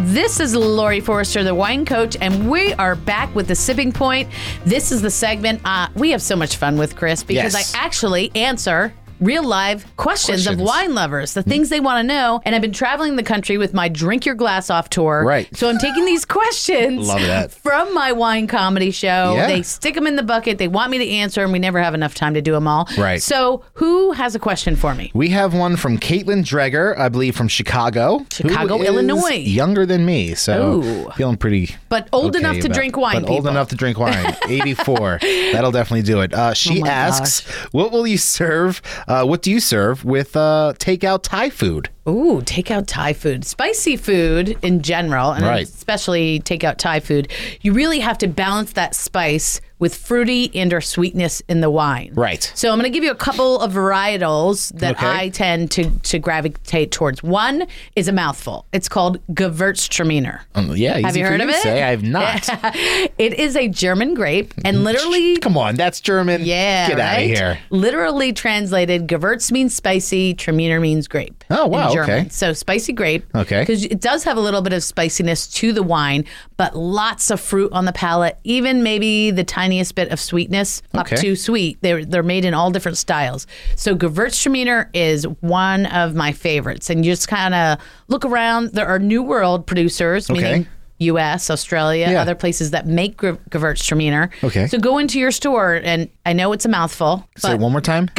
This is Lori Forrester, the wine coach, and we are back with the sipping point. This is the segment uh, we have so much fun with Chris because Yes. I actually answer real live questions, of Questions. wine lovers, the things they want to know. And I've been traveling the country with my Drink Your Glass Off tour. Right. So I'm taking these questions Love that. from my wine comedy show. Yeah. They stick them in the bucket. They want me to answer, and we never have enough time to do them all. Right. So who has a question for me? We have one from Caitlin Dreger, I believe from Chicago. who Chicago, is Illinois. Younger than me, so Ooh. feeling pretty. But old okay enough to about- drink wine, But old people. enough to drink wine. 84. That'll definitely do it. Uh, she Oh my asks, "What will you serve? Uh, what do you serve with uh, takeout Thai food?" Ooh, take out Thai food, spicy food in general, and Right. especially take out Thai food. You really have to balance that spice with fruity and or sweetness in the wine. Right. So I'm going to give you a couple of varietals that Okay. I tend to to gravitate towards. One is a mouthful. It's called Gewürztraminer. Um, yeah, Have easy you for heard of to it? Say I have not. it is a German grape, Mm-hmm. and literally Come on, that's German. Yeah. get out right? of here. Literally translated, Gewürz means spicy, Traminer means grape. Oh, in wow, German. okay. So spicy grape. Okay. Because it does have a little bit of spiciness to the wine, but lots of fruit on the palate, even maybe the tiniest bit of sweetness, Okay. up to sweet. They're, they're made in all different styles. So Gewürztraminer is one of my favorites. And you just kind of look around. There are New World producers, Okay. meaning U.S., Australia, Yeah. other places that make Gew- Gewürztraminer. Okay. So go into your store, and I know it's a mouthful, Say it but one more time.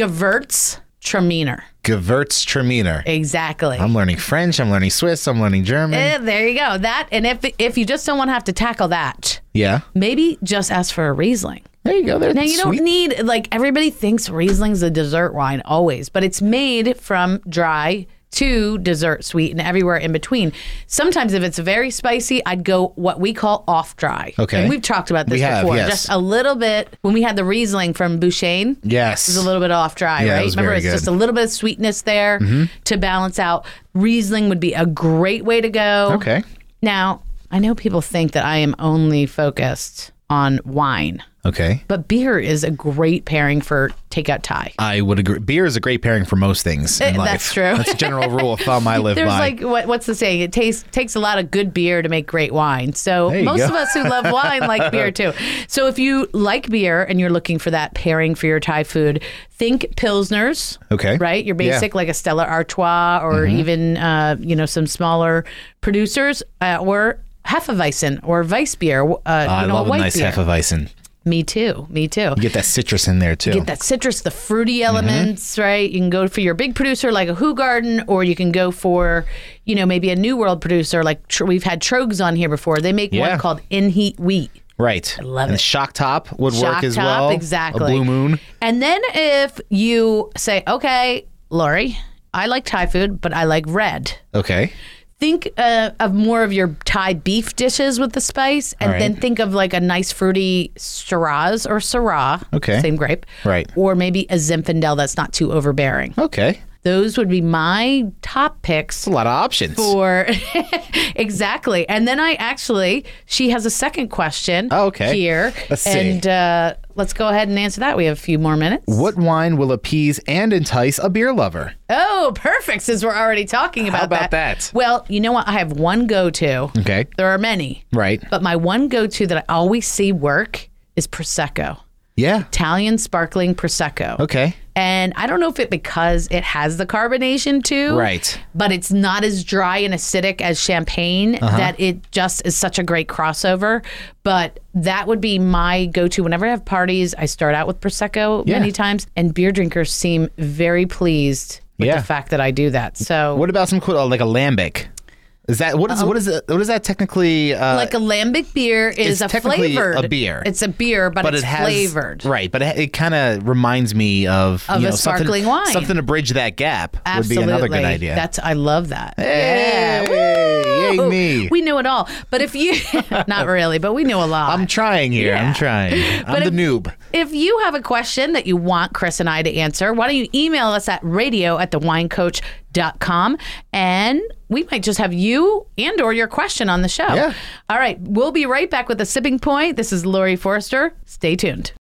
Gewürztraminer. Gewürztraminer. Exactly. I'm learning French. I'm learning Swiss. I'm learning German. Eh, there you go. That, and if if you just don't want to have to tackle that, yeah, maybe just ask for a Riesling. there you go. There. Now you Sweet. don't need like everybody thinks Riesling's a dessert wine always, but it's made from dry to dessert sweet and everywhere in between. Sometimes if it's very spicy, I'd go what we call off dry. Okay. And we've talked about this We have, before. yes. Just a little bit when we had the Riesling from Bouchain. Yes. It was a little bit off dry, Yeah, it right? was Remember, very it's just a good. Mm-hmm. little bit of sweetness there to balance out. Riesling would be a great way to go. Okay. Now, I know people think that I am only focused on wine. Okay. But beer is a great pairing for takeout Thai. I would agree. Beer is a great pairing for most things in Eh, life. that's true. That's a general rule of thumb I live There's by. like what, what's the saying? It tastes takes a lot of good beer to make great wine. So There you most go. of us who love wine like beer too. So if you like beer and you're looking for that pairing for your Thai food, think pilsners. Okay. Right, your Yeah. Mm-hmm. basic like a Stella Artois or even uh, you know some smaller producers uh, or Hefeweizen or Weiss beer. Uh, Ah, I you know, love a white nice beer. Hefeweizen. Me too. Me too. Get that citrus in there too. get that citrus, the fruity elements, right? You can go for your big producer like a Who Garden, or you can go for, you know, maybe a New World producer like tr- we've had Trogs on here before. They make Yeah. one called In Heat Wheat. right. I love and it. Shock top would Shock work as top, well. exactly. A blue moon. And then if you say, okay, Lori, I like Thai food, but I like red. Okay. Think uh, of more of your Thai beef dishes with the spice, and All right. then think of like a nice fruity Shiraz or Syrah, Okay. same grape, Right. Or maybe a Zinfandel that's not too overbearing. Okay. those would be my top picks A lot of options. for exactly and then i actually she has a second question Oh, okay. here Let's see. and uh, let's go ahead and answer that we have a few more minutes What wine will appease and entice a beer lover? oh perfect since we're already talking about, about that? Mm. well you know what i have one go-to Okay. there are many Right. but my one go-to that i always see work is prosecco Yeah. italian sparkling prosecco Okay. And I don't know if it because it has the carbonation too. Right. But it's not as dry and acidic as champagne Uh-huh. that it just is such a great crossover. But that would be my go to whenever I have parties. I start out with Prosecco Yeah. many times, and beer drinkers seem very pleased with Yeah. the fact that I do that. So, What about some cool, uh, like a lambic? Is that what is what is it, what is that technically? Uh, like a lambic beer is it's a technically a flavored beer. It's a beer, but, but it's it has flavored. right. But it, it kind of reminds me of Of you a know, something- sparkling wine. Something to bridge that gap Absolutely. would be another good idea. That's I love that. Hey, Yeah. yay Woo! me. We knew it all. But if you not really, but we knew a lot. I'm trying here. Yeah. I'm trying. I'm But the if- noob. if you have a question that you want Chris and I to answer, why don't you email us at radio at thewinecoach.com and we might just have you and or your question on the show. Yeah. All right. We'll be right back with a sipping point. This is Lori Forrester. Stay tuned.